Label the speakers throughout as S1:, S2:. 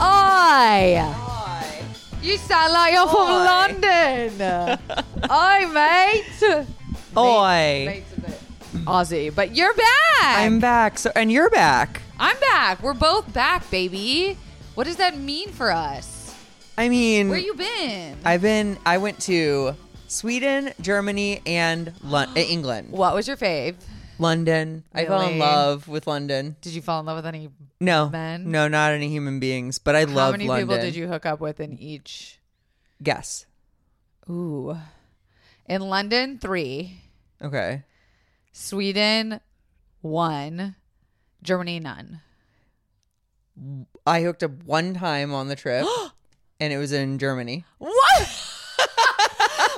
S1: I. You sound like you're from London.
S2: Oi.
S1: Oi, mate.
S2: Oi.
S1: Mate's a bit Aussie, but you're back.
S2: I'm back. So and you're back.
S1: I'm back. We're both back, baby. What does that mean for us?
S2: I mean
S1: Where you been?
S2: I've been I went to Sweden, Germany, and Lon- England.
S1: what was your fave?
S2: London. I fell in
S1: Really?
S2: love with London.
S1: Did you fall in love with any?
S2: No.
S1: Men?
S2: No, not any human beings, but I
S1: How
S2: love
S1: many
S2: London.
S1: people did you hook up with in each?
S2: guess?
S1: Ooh, in London three,
S2: Okay.
S1: Sweden one, Germany none.
S2: I hooked up one time on the trip and it was in Germany.
S1: What?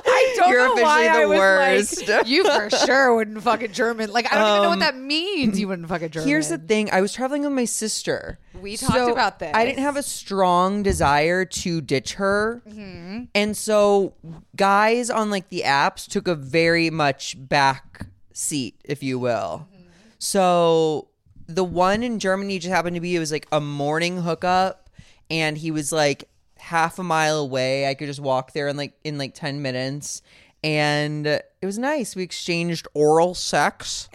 S1: I don't
S2: You're
S1: know
S2: officially
S1: why
S2: the
S1: I was
S2: worst. Um,
S1: like, you for sure wouldn't fuck a German. Like I don't even know what that means. You wouldn't fuck a German.
S2: Here's the thing. I was traveling with my sister.
S1: We talked about this.
S2: I didn't have a strong desire to ditch her.
S1: Mm-hmm.
S2: And so guys on like the apps took a very much back seat, if you will.
S1: Mm-hmm.
S2: So the one in Germany just happened to be it was like a morning hookup and he was like half a mile away. I could just walk there in like in like 10 minutes. And it was nice. We exchanged oral sex.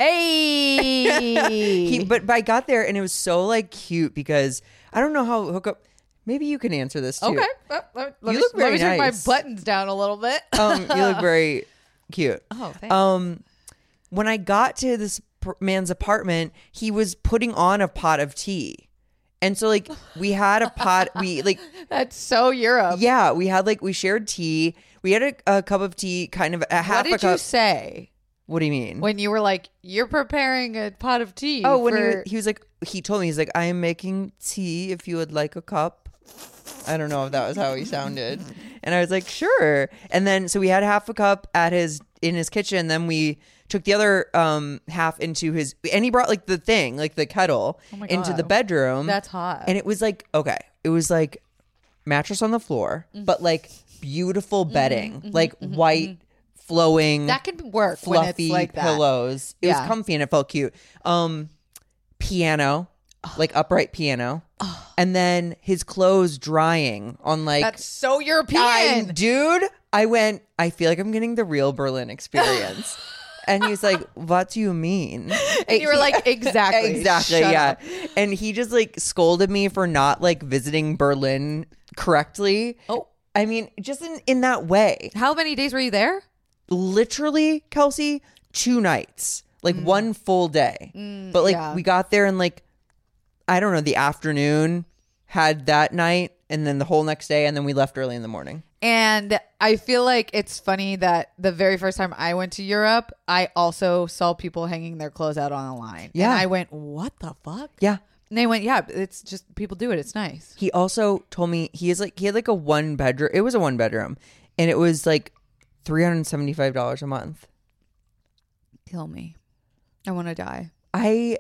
S1: Hey.
S2: He, but, but I got there and it was so like cute because I don't know how hookup. Maybe you can answer this too.
S1: okay. Well, Let, let me,
S2: You look
S1: let me
S2: very
S1: take my
S2: nice.
S1: buttons down a little bit.
S2: Um, you look very cute.
S1: oh, thanks.
S2: Um, when I got to this pr- man's apartment, he was putting on a pot of tea, and so like we had a pot. We like
S1: That's so Europe.
S2: yeah, we had like we shared tea. We had a, a cup of tea, kind of a
S1: what
S2: half a
S1: did
S2: cup.
S1: you say
S2: what do you mean?
S1: when you were like, "You're preparing a pot of tea"?
S2: oh, when he,
S1: for-
S2: was- he was like he told me he's like I am making tea if you would like a cup. I don't know if that was how he sounded. And I was like, sure. And then so we had half a cup at his in his kitchen. Then we took the other um half into his and he brought like the thing, like the kettle
S1: Oh my
S2: into
S1: God.
S2: the bedroom.
S1: That's hot.
S2: And it was like, okay. It was like mattress on the floor,
S1: Mm-hmm.
S2: but like beautiful bedding. like white flowing
S1: that can work when
S2: fluffy
S1: it's like that.
S2: pillows. It
S1: Yeah.
S2: was comfy and it felt cute. Um, piano, like upright piano, and then his clothes drying on like.
S1: That's so European.
S2: I, dude, I went. I feel like I'm getting the real Berlin experience. and he's like, "What do you mean?"
S1: and you were like, "Exactly,
S2: exactly
S1: Shut
S2: yeah
S1: up.
S2: and he just like scolded me for not like visiting berlin correctly
S1: Oh.
S2: i mean just in, in that way
S1: How many days were you there?
S2: literally Kelsey two nights, like one full day. but like
S1: yeah.
S2: we got there and like I don't know the afternoon had that night and then the whole next day and then we left early in the morning.
S1: And I feel like it's funny that the very first time I went to Europe, I also saw people hanging their clothes out on a line.
S2: Yeah.
S1: And I went, what the fuck?
S2: Yeah.
S1: And they went, yeah, it's just people do it. It's nice.
S2: He also told me he is like he had like a one bedroom. It was a one bedroom, and it was like three hundred seventy five dollars a month.
S1: Kill me. I want to die.
S2: I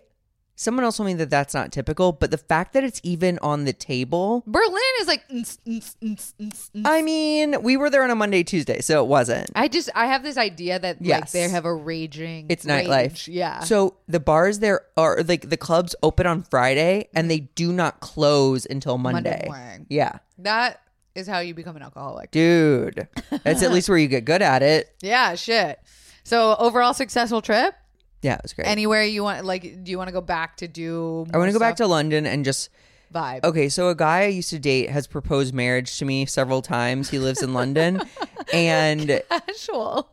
S2: someone else told me that that's not typical, but the fact that it's even on the table.
S1: Berlin is like, "Ns, ns, ns, ns, ns."
S2: I mean, we were there on a Monday, Tuesday, so it wasn't.
S1: I just, I have this idea that like
S2: Yes.
S1: they have a raging.
S2: It's nightlife.
S1: rage. Yeah.
S2: So the bars there are like the clubs open on Friday and they do not close until
S1: Monday
S2: Monday.
S1: morning.
S2: Yeah.
S1: that is how you become an alcoholic.
S2: Dude. That's at least where you get good at it.
S1: Yeah, shit. So overall successful trip.
S2: Yeah, it was great.
S1: Anywhere you want, like, do you want to go back to do?
S2: I want to go back to London and just
S1: vibe.
S2: okay, so a guy I used to date has proposed marriage to me several times. He lives in London and
S1: Casual.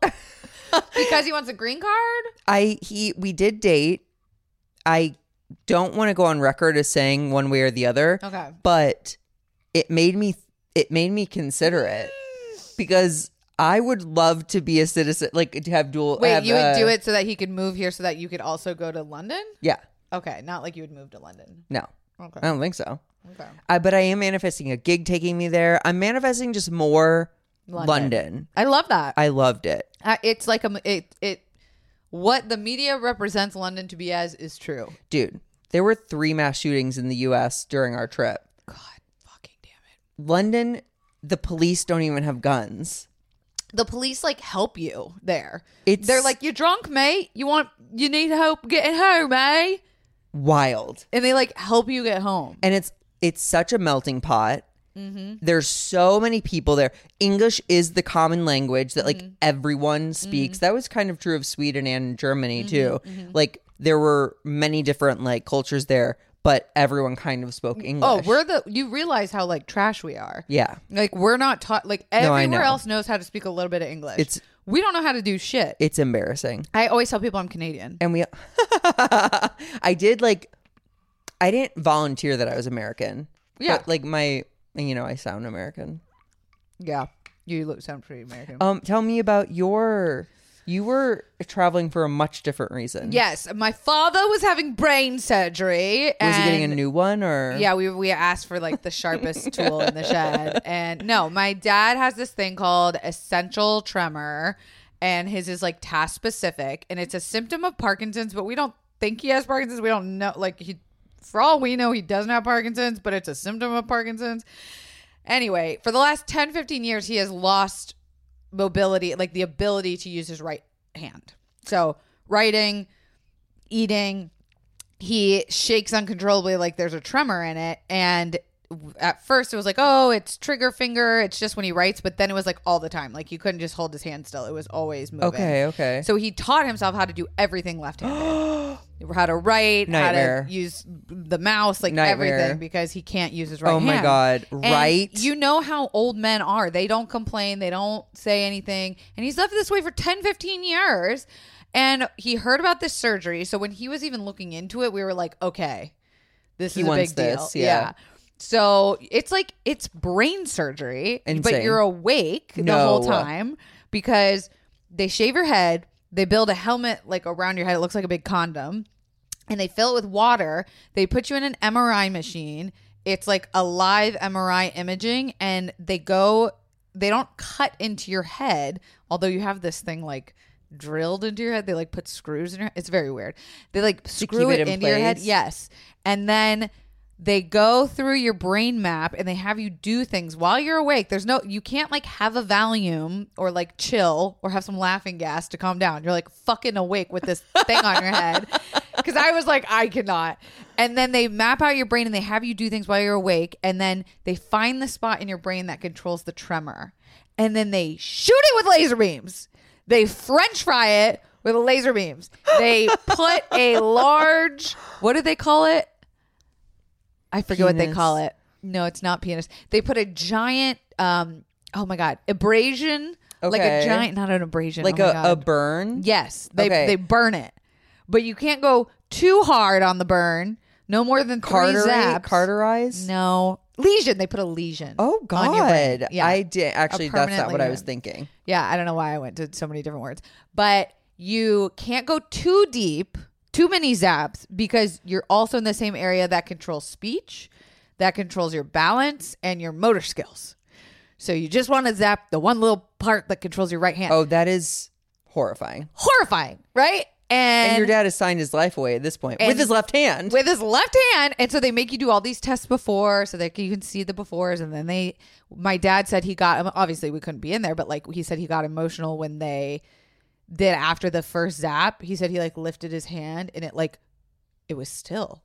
S1: because he wants a green card?
S2: I he we did date. I don't want to go on record as saying one way or the other.
S1: Okay.
S2: But it made me it made me consider it because I would love to be a citizen, like to have dual.
S1: Wait,
S2: have,
S1: you would
S2: uh,
S1: do it so that he could move here so that you could also go to London?
S2: Yeah,
S1: Okay, not like you would move to London.
S2: no,
S1: Okay.
S2: I don't think so.
S1: Okay.
S2: I, but I am manifesting a gig taking me there. I'm manifesting just more
S1: London.
S2: London.
S1: I love that.
S2: I loved it.
S1: I, it's like a m- it it what the media represents London to be as is true.
S2: Dude, there were three mass shootings in the US during our trip.
S1: God fucking damn it.
S2: London, the police don't even have guns.
S1: The police like help you there.
S2: It's-
S1: They're like you're drunk, mate. You want you need help getting home, eh?
S2: Wild.
S1: And they like help you get home.
S2: And it's it's such a melting pot.
S1: Mm-hmm.
S2: There's so many people there. English is the common language that
S1: Mm-hmm.
S2: like everyone speaks. That was kind of true of Sweden and Germany
S1: Mm-hmm.
S2: too. Like there were many different like cultures there, but everyone kind of spoke English.
S1: Oh, we're the you realize how like trash we are.
S2: yeah.
S1: Like we're not taught like
S2: I
S1: everywhere
S2: know.
S1: else knows how to speak a little bit of English.
S2: It's-
S1: we don't know how to do shit.
S2: It's embarrassing.
S1: I always tell people I'm Canadian.
S2: and we i did like i didn't volunteer that i was american
S1: Yeah.
S2: But, like my you know i sound american
S1: Yeah. You look sound pretty American.
S2: um tell me about your you were traveling for a much different reason
S1: yes, my father was having brain surgery.
S2: was
S1: and
S2: he getting a new one or
S1: Yeah, we we asked for like the sharpest tool in the shed, and no, my dad has this thing called essential tremor, and his is like task specific, and it's a symptom of Parkinson's, but we don't think he has Parkinson's. We don't know, like he, for all we know, he doesn't have Parkinson's, but it's a symptom of Parkinson's. Anyway, for the last 10, 15 years, he has lost mobility, like the ability to use his right hand. So writing, eating, he shakes uncontrollably like there's a tremor in it and w- at first it was like oh it's trigger finger it's just when he writes but then it was like all the time like you couldn't just hold his hand still it was always moving
S2: okay okay
S1: so he taught himself how to do everything left-handed how to write
S2: Nightmare.
S1: how to use the mouse like
S2: Nightmare.
S1: everything because he can't use his right
S2: oh
S1: hand
S2: my god
S1: and
S2: right
S1: You know how old men are. They don't complain, they don't say anything. And he's lived this way for 10, 15 years. And he heard about this surgery. So when he was even looking into it, we were like, okay, this
S2: He
S1: is a
S2: wants
S1: big deal.
S2: this, yeah.
S1: So it's like it's brain surgery, but
S2: Insane.
S1: you're awake the
S2: No.
S1: whole time because they shave your head, they build a helmet like around your head. It looks like a big condom and they fill it with water. They put you in an MRI machine. It's like a live MRI imaging, and they go, they don't cut into your head, although you have this thing like drilled into your head. They like put screws in your It's very weird. They like screw it,
S2: keep it in
S1: into your head.
S2: place?
S1: Yes. And then they go through your brain map and they have you do things while you're awake. There's no, you can't like have a Valium or like chill or have some laughing gas to calm down. You're like fucking awake with this thing on your head. Cause I was like, I cannot. And then they map out your brain and they have you do things while you're awake. And then they find the spot in your brain that controls the tremor. And then they shoot it with laser beams. They french fry it with laser beams. They put a large, what do they call it? I forget what they
S2: Penis.
S1: call it. No, it's not penis. They put a giant, um, oh my god, abrasion, like a
S2: Okay.
S1: giant, not an abrasion,
S2: like
S1: oh my
S2: a, a
S1: God.
S2: burn
S1: Yes, they
S2: Okay.
S1: they burn it, but you can't go too hard on the burn. No more than three
S2: carterate
S1: zaps.
S2: carterize
S1: No lesion. They put a lesion.
S2: oh
S1: on your brain.
S2: god i did actually that's
S1: permanent
S2: not what i was
S1: lesion.
S2: thinking
S1: Yeah, I don't know why I went to so many different words, but you can't go too deep, too many zaps, because you're also in the same area that controls speech, that controls your balance and your motor skills. So you just want to zap the one little part that controls your right hand.
S2: oh that is horrifying
S1: Horrifying, right? And,
S2: and, your dad has signed his life away at this point with
S1: and-
S2: his left hand
S1: with his left hand and so they make you do all these tests before so that you can see the befores and then they my dad said he got obviously we couldn't be in there but like he said he got emotional when they did after the first zap he said he like lifted his hand and it like it was still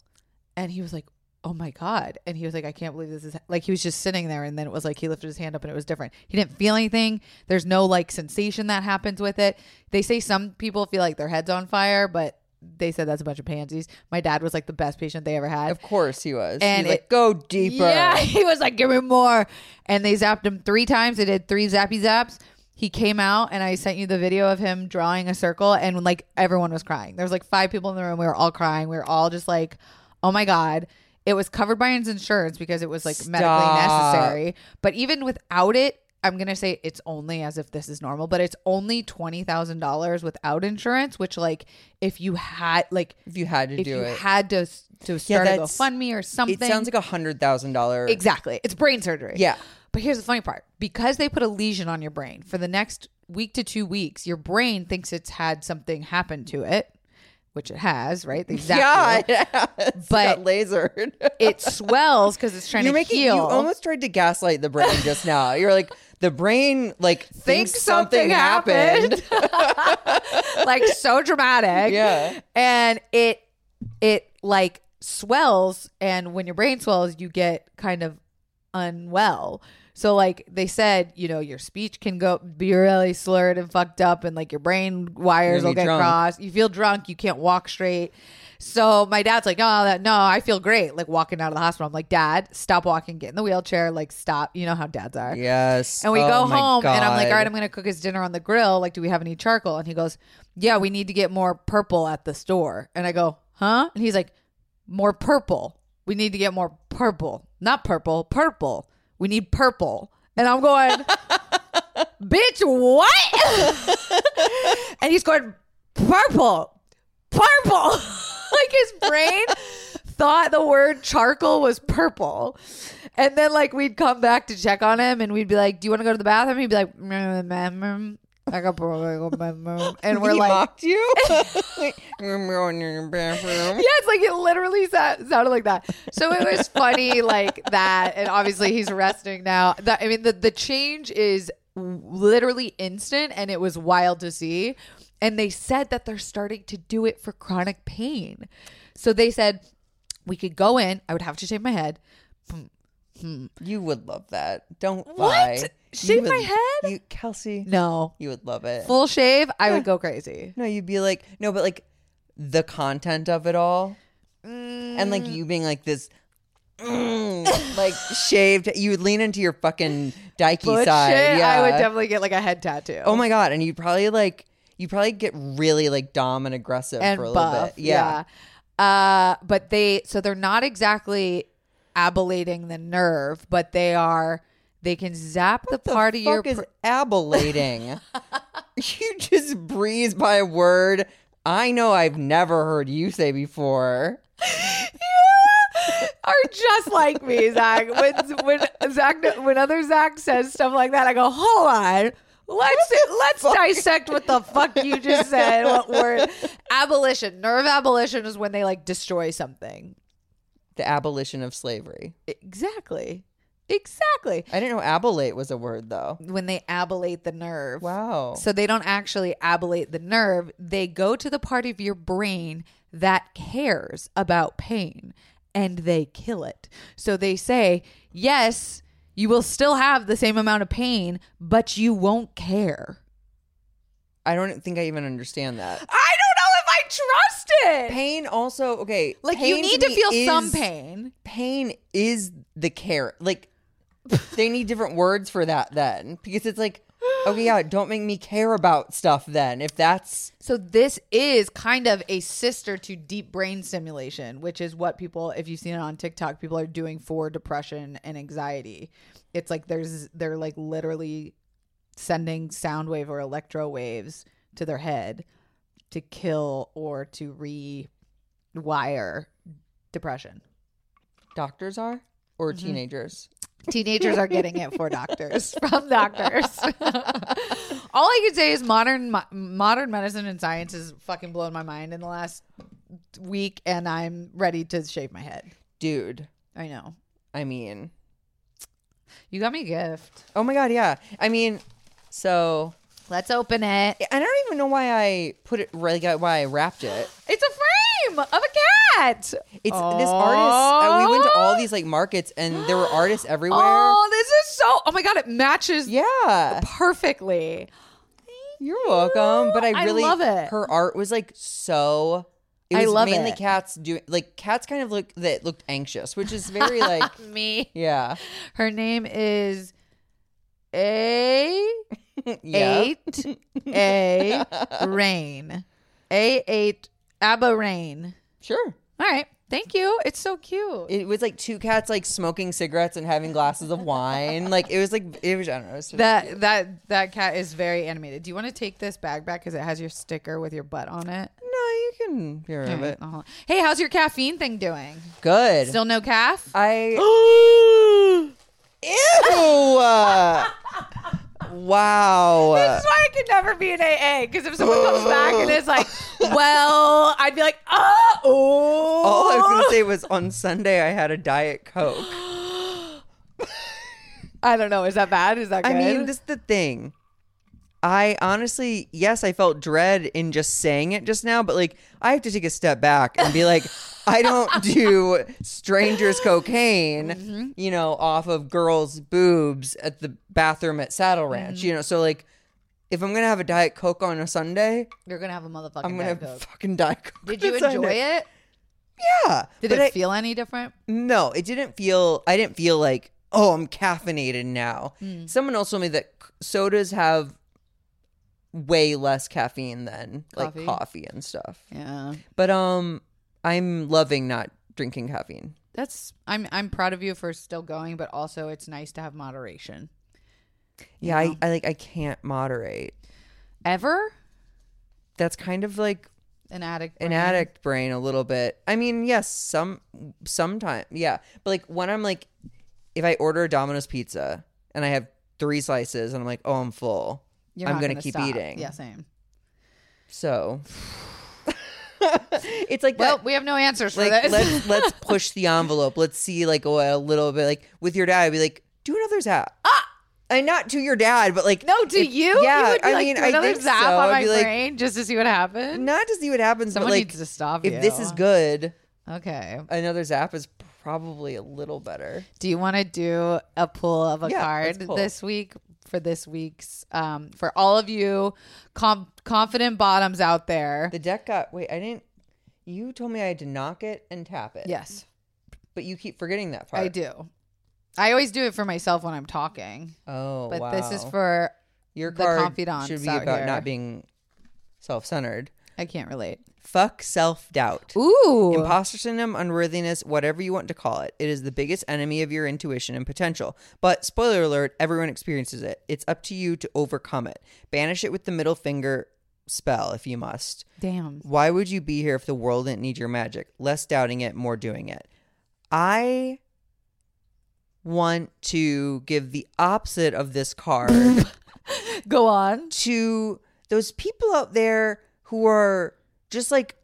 S1: and he was like oh my god and he was like i can't believe this is like he was just sitting there and then it was like he lifted his hand up and it was different he didn't feel anything there's no like sensation that happens with it they say some people feel like their head's on fire but they said that's a bunch of pansies my dad was like the best patient they ever had
S2: Of course he was.
S1: And
S2: And
S1: it-
S2: like, go deeper.
S1: yeah, he was like, give me more. And they zapped him three times. They did three zappy zaps. He came out, and I sent you the video of him drawing a circle, and like everyone was crying. There was like five people in the room. We were all crying. We were all just like, oh my God. It was covered by his insurance because it was like medically
S2: Stop.
S1: necessary. But even without it, I'm gonna say it's only as if this is normal, but it's only twenty thousand dollars without insurance. Which, like, if you had, like,
S2: If you had to
S1: if
S2: do
S1: you
S2: it,
S1: had to s- to start a
S2: that's-
S1: GoFundMe or something,
S2: it sounds like a hundred thousand dollar.
S1: Exactly. It's brain surgery.
S2: Yeah.
S1: But here's the funny part because they put a lesion on your brain for the next week to two weeks, your brain thinks it's had something happen to it, which it has, right?
S2: Yeah,
S1: Exactly.
S2: it has.
S1: But-
S2: got lasered.
S1: It swells because it's trying
S2: You're
S1: to
S2: making
S1: heal.
S2: you almost tried to gaslight the brain just now. You're like the brain like thinks something, happened.
S1: like so dramatic.
S2: Yeah.
S1: And it it like swells and when your brain swells you get kind of unwell. So like they said, you know, your speech can go be really slurred and fucked up and like your brain wires
S2: You're gonna
S1: will
S2: be
S1: get
S2: drunk.
S1: crossed. You feel drunk, you can't walk straight. So my dad's like, "Oh, that no, I feel great." Like walking out of the hospital. I'm like, "Dad, stop walking, get in the wheelchair, like stop." You know how dads are.
S2: Yes.
S1: And we
S2: Oh
S1: go
S2: my
S1: home, and I'm like,
S2: God.
S1: all right, I'm going to cook his dinner on the grill. Like, do we have any charcoal? And he goes, yeah, we need to get more purple at the store. And I go, huh? And he's like, more purple. We need to get more purple. Not purple, purple. We need purple. And I'm going, bitch, what? and he's going, purple, purple. like his brain thought the word charcoal was purple. And then like we'd come back to check on him and we'd be like, Do you want to go to the bathroom? He'd be like, "Mm, mm, mm, I got purple, mm, mm." and we're
S2: he
S1: like
S2: mocked you. You're going in your bathroom.
S1: yeah, it's like it literally sa- sounded like that. So it was funny like that, and obviously he's resting now. That I mean, the the change is literally instant, and it was wild to see. And they said that they're starting to do it for chronic pain. So they said we could go in. I would have to shave my head.
S2: You would love that. Don't
S1: What?
S2: lie.
S1: Shave
S2: You
S1: my head?
S2: You, Kelsey,
S1: No
S2: you would love it.
S1: full shave. I would go crazy.
S2: no, you'd be like, no, but like the content of it all, and like you being like this. mm, like shaved, you would lean into your fucking dykey
S1: But
S2: side.
S1: shit,
S2: yeah,
S1: I would definitely get like a head tattoo.
S2: Oh my god! And you probably like you probably get really like dom and aggressive
S1: and
S2: for a little
S1: buff.
S2: bit. Yeah.
S1: yeah. Uh, but they so they're not exactly ablating the nerve, but they are they can zap the part of your
S2: Fuck is ablating. you just breeze by a word I know I've never heard you say before.
S1: are just like me, Zach. When when Zach when other Zach says stuff like that, I go, hold on. Let's let's dissect what the fuck you just said. What word? Abolition. Nerve abolition is when they like destroy something.
S2: The abolition of slavery.
S1: Exactly. Exactly.
S2: I didn't know abolate was a word though.
S1: When they ablate the nerve.
S2: Wow.
S1: So they don't actually ablate the nerve. They go to the part of your brain that cares about pain and they kill it. So they say, yes, you will still have the same amount of pain, but you won't care.
S2: I don't think I even understand that.
S1: I don't know if I trust it.
S2: Pain also okay.
S1: like
S2: pain
S1: you need to
S2: me
S1: feel some
S2: is-
S1: pain.
S2: Pain is the care. Like they need different words for that then. Because it's like, okay, yeah, don't make me care about stuff then. If that's
S1: So this is kind of a sister to deep brain stimulation, which is what people, if you've seen it on TikTok, people are doing for depression and anxiety. It's like there's they're like literally sending sound wave or electro waves to their head to kill or to rewire depression.
S2: doctors are or
S1: Mm-hmm.
S2: teenagers.
S1: Teenagers are getting it for doctors from doctors. All I can say is modern mo- modern medicine and science has fucking blown my mind in the last week, and I'm ready to shave my head.
S2: Dude,
S1: I know
S2: I mean,
S1: you got me a gift.
S2: oh my God, yeah. I mean, so
S1: Let's open it.
S2: I don't even know why I put it, like, I- why I wrapped it.
S1: It's a frame of a cat.
S2: It's this artist. Uh, we went to all these like markets and there were artists everywhere.
S1: Oh, this is so. Oh my god, it matches
S2: yeah.
S1: perfectly.
S2: You're welcome. But
S1: I
S2: I really
S1: love it.
S2: Her art was like so. It
S1: I
S2: was
S1: love
S2: mainly
S1: it.
S2: cats doing like cats kind of look that looked anxious, which is very like
S1: Me.
S2: yeah
S1: Her name is A.
S2: yeah.
S1: eight a rain a eight abba rain
S2: Sure,
S1: all right Thank you. It's so cute.
S2: It was like two cats like smoking cigarettes and having glasses of wine. like it was like it was I don't know. It was
S1: that that that cat is very animated. Do you want to take this bag back because it has your sticker with your butt on it?
S2: no, you can get rid of it.
S1: I'll- Hey, how's your caffeine thing doing?
S2: Good.
S1: Still no calf?
S2: uh, I ew. wow.
S1: That's why I could never be an AA because if someone comes back and is like, "Well," I'd be like, "Oh,
S2: All I was
S1: oh."
S2: gonna say was on Sunday I had a diet coke.
S1: I don't know. Is that bad? Is that good?
S2: I mean, this is the thing. I honestly, yes, I felt dread in just saying it just now, but like I have to take a step back and be like, I don't do strangers cocaine,
S1: Mm-hmm.
S2: you know, off of girls' boobs at the bathroom at Saddle Ranch,
S1: Mm-hmm.
S2: you know. So like, if I'm gonna have a diet coke on a Sunday,
S1: you're gonna have a motherfucking.
S2: I'm gonna
S1: Diet
S2: have
S1: Coke.
S2: fucking diet coke.
S1: Did
S2: on
S1: you
S2: a Sunday.
S1: enjoy it?
S2: Yeah.
S1: Did
S2: but
S1: it
S2: I-
S1: feel any different?
S2: no, it didn't feel. I didn't feel like oh, I'm caffeinated now.
S1: Hmm.
S2: Someone else told me that c- sodas have way less caffeine than
S1: Coffee?
S2: like coffee and stuff.
S1: Yeah,
S2: But um, I'm loving not drinking caffeine.
S1: that's. I'm I'm proud of you for still going, but also it's nice to have moderation.
S2: Yeah, I, I like I can't moderate.
S1: Ever
S2: That's kind of like
S1: an addict?
S2: an
S1: brain?
S2: addict brain a little bit. I mean, yes, some sometime, yeah. But like when I'm like, if I order a Domino's pizza and I have three slices and I'm like, oh, I'm full.
S1: You're
S2: I'm
S1: not
S2: gonna, keep
S1: stop.
S2: eating.
S1: Yeah, same.
S2: So it's like
S1: Well,
S2: that-
S1: we have no answers for
S2: like
S1: this.
S2: let's let's push the envelope. Let's see like what a little bit like with your dad. I'd be like, do another zap. Ah, and not to your dad, but like
S1: No, to
S2: if-
S1: you?
S2: Yeah,
S1: you would be
S2: I
S1: like,
S2: mean,
S1: do
S2: I
S1: another
S2: think
S1: zap
S2: so.
S1: on
S2: I'd
S1: my
S2: be like,
S1: brain just to see what happens.
S2: not to see what happens,
S1: Someone
S2: but like
S1: needs to stop
S2: if
S1: you.
S2: this is good,
S1: okay.
S2: another zap is probably a little better.
S1: Do you want to do a pull of a
S2: Yeah, let's
S1: card
S2: pull.
S1: this week for this week's um for all of you com- confident bottoms out there?
S2: The deck got wait, I didn't. You told me I had to knock it and tap it.
S1: yes,
S2: but you keep forgetting that part.
S1: I do. I always do it for myself when I'm talking,
S2: Oh,
S1: but
S2: wow.
S1: this is for
S2: your
S1: the
S2: card
S1: confidants
S2: should be
S1: out
S2: about
S1: here.
S2: not being self-centered.
S1: I can't relate.
S2: Fuck self doubt.
S1: Ooh,
S2: Imposter syndrome, unworthiness, whatever you want to call it, it is the biggest enemy of your intuition and potential. But spoiler alert, everyone experiences it. It's up to you to overcome it. Banish it with the middle finger spell if you must.
S1: damn.
S2: Why would you be here if the world didn't need your magic? Less doubting it, more doing it. I want to give the opposite of this card
S1: Go on.
S2: to those people out there who are just like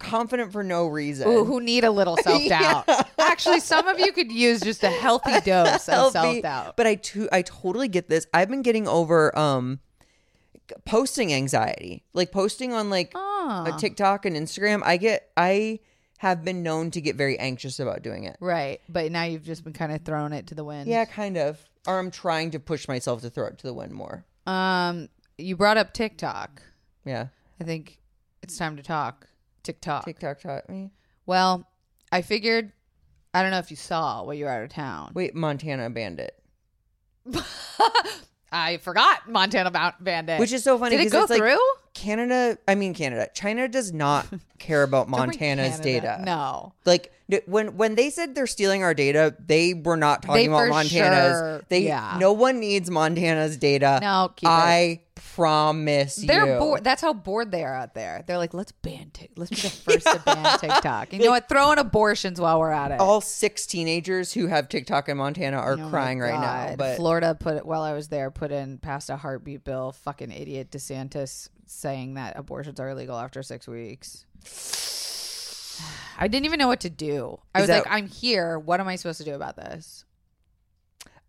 S2: confident for no reason.
S1: Ooh, who need a little self doubt. Actually, some of you could use just a healthy dose of
S2: Healthy.
S1: self doubt.
S2: But I to- I totally get this. I've been getting over um posting anxiety. Like posting on like
S1: Ah,
S2: a TikTok and Instagram, I get I have been known to get very anxious about doing it.
S1: right. But now you've just been kind of throwing it to the wind.
S2: Yeah, kind of. Or I'm trying to push myself to throw it to the wind more.
S1: Um, you brought up TikTok.
S2: Yeah.
S1: I think it's time to talk TikTok.
S2: TikTok taught me.
S1: Well, I figured. I don't know if you saw while you were out of town.
S2: Wait, Montana Bandit.
S1: I forgot Montana Ba- Bandit,
S2: Which is so funny
S1: Eh. Did it
S2: 'cause
S1: go
S2: it's like-
S1: through?
S2: Canada, I mean Canada. China does not care about
S1: Don't bring
S2: Montana's
S1: Canada.
S2: data.
S1: No.
S2: Like n- when when they said they're stealing our data, they were not talking
S1: They
S2: about
S1: for
S2: Montana's.
S1: sure-
S2: They
S1: yeah.
S2: no one needs Montana's data.
S1: No, keep it.
S2: I promise
S1: They're
S2: you.
S1: bored. That's how bored they are out there. They're like, let's ban. Tik. let's be the first to ban TikTok. You know what? Throw in abortions while we're at it.
S2: All six teenagers who have TikTok in Montana are
S1: Oh my
S2: crying right now.
S1: God.
S2: But
S1: Florida put while I was there put in passed a heartbeat bill. Fucking idiot DeSantis saying that abortions are illegal after six weeks. I didn't even know what to do. I
S2: Is
S1: was
S2: that-
S1: like, I'm here. What am I supposed to do about this?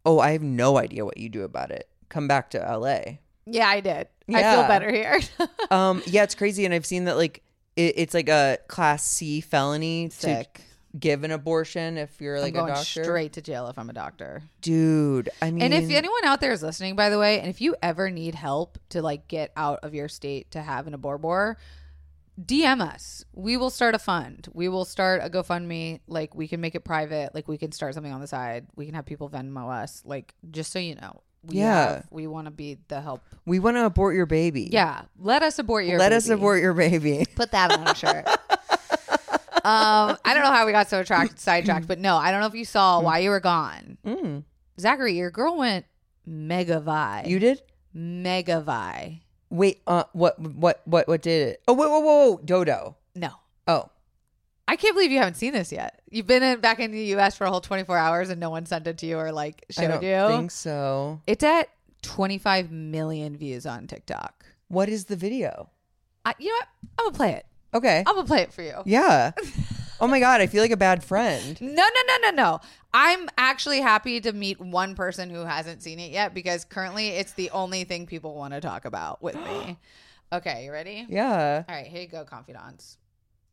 S2: oh, I have no idea what you do about it. Come back to LA.
S1: Yeah, I did. I feel
S2: Yeah.
S1: better here.
S2: um, yeah, it's crazy, and I've seen that like it, it's like a class C felony
S1: Sick.
S2: to give an abortion if you're like
S1: I'm
S2: a
S1: going
S2: doctor.
S1: straight to jail if I'm a doctor.
S2: Dude, I mean,
S1: And if anyone out there is listening, by the way, and if you ever need help to like get out of your state to have an aborbor, DM us. We will start a fund. We will start a GoFundMe. Like we can make it private. Like we can start something on the side. We can have people Venmo us. Like just so you know, we
S2: Yeah.
S1: have, we want to be the help.
S2: we want to abort your baby,
S1: Yeah, let us abort your.
S2: let us
S1: baby.
S2: abort your baby.
S1: Put that on a shirt. Um, I don't know how we got so attract- sidetracked, but no, I don't know if you saw why you were gone. Zachary, your girl went mega vi.
S2: Mm. You did?
S1: mega vi.
S2: Wait, uh, what, what, what, what did it? Oh, whoa, whoa, whoa, whoa, Dodo.
S1: No.
S2: Oh,
S1: I can't believe you haven't seen this yet. You've been in, back in the US for a whole 24 hours and no one sent it to you or like
S2: I
S1: showed
S2: don't
S1: you.
S2: think so.
S1: It's at 25 million views on TikTok.
S2: What is the video?
S1: I, you know what? I'm going to play it.
S2: Okay.
S1: I'm going to play it for you.
S2: Yeah. oh my god, I feel like a bad friend.
S1: No, no, no, no, no. I'm actually happy to meet one person who hasn't seen it yet because currently it's the only thing people want to talk about with me. okay, you ready?
S2: Yeah.
S1: All right, here you go, confidants.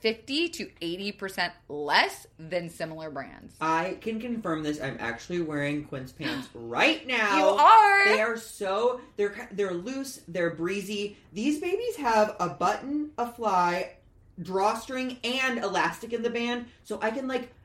S1: 50 to 80% less than similar brands.
S3: I can confirm this. I'm actually wearing Quince pants right now.
S1: You are.
S3: They are so they're they're loose. They're breezy. These babies have a button, a fly, drawstring, and elastic in the band, so I can like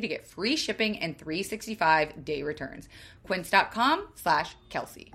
S1: to get free shipping and 365 day returns. Quince.com slash Kelsey.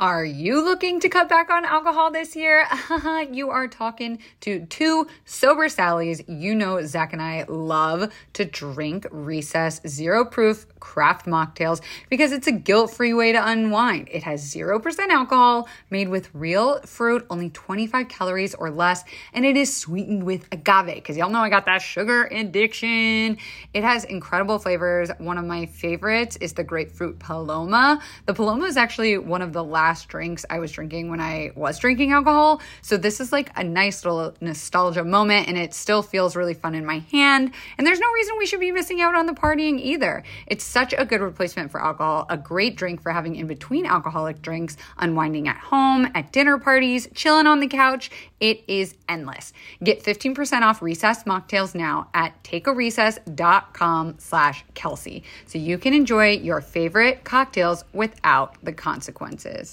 S1: Are you looking to cut back on alcohol this year? you are talking to two sober Sallys. You know, Zach and I love to drink recess zero proof craft mocktails because it's a guilt free way to unwind. It has 0% alcohol, made with real fruit, only 25 calories or less, and it is sweetened with agave because y'all know I got that sugar addiction. It has incredible flavors. One of my favorites is the grapefruit paloma. The paloma is actually one of the last drinks I was drinking when I was drinking alcohol. So this is like a nice little nostalgia moment and it still feels really fun in my hand. And there's no reason we should be missing out on the partying either. It's such a good replacement for alcohol, a great drink for having in between alcoholic drinks, unwinding at home, at dinner parties, chilling on the couch. It is endless. Get 15% off recess mocktails now at takearecess.com slash Kelsey. So you can enjoy your favorite cocktails without the consequences.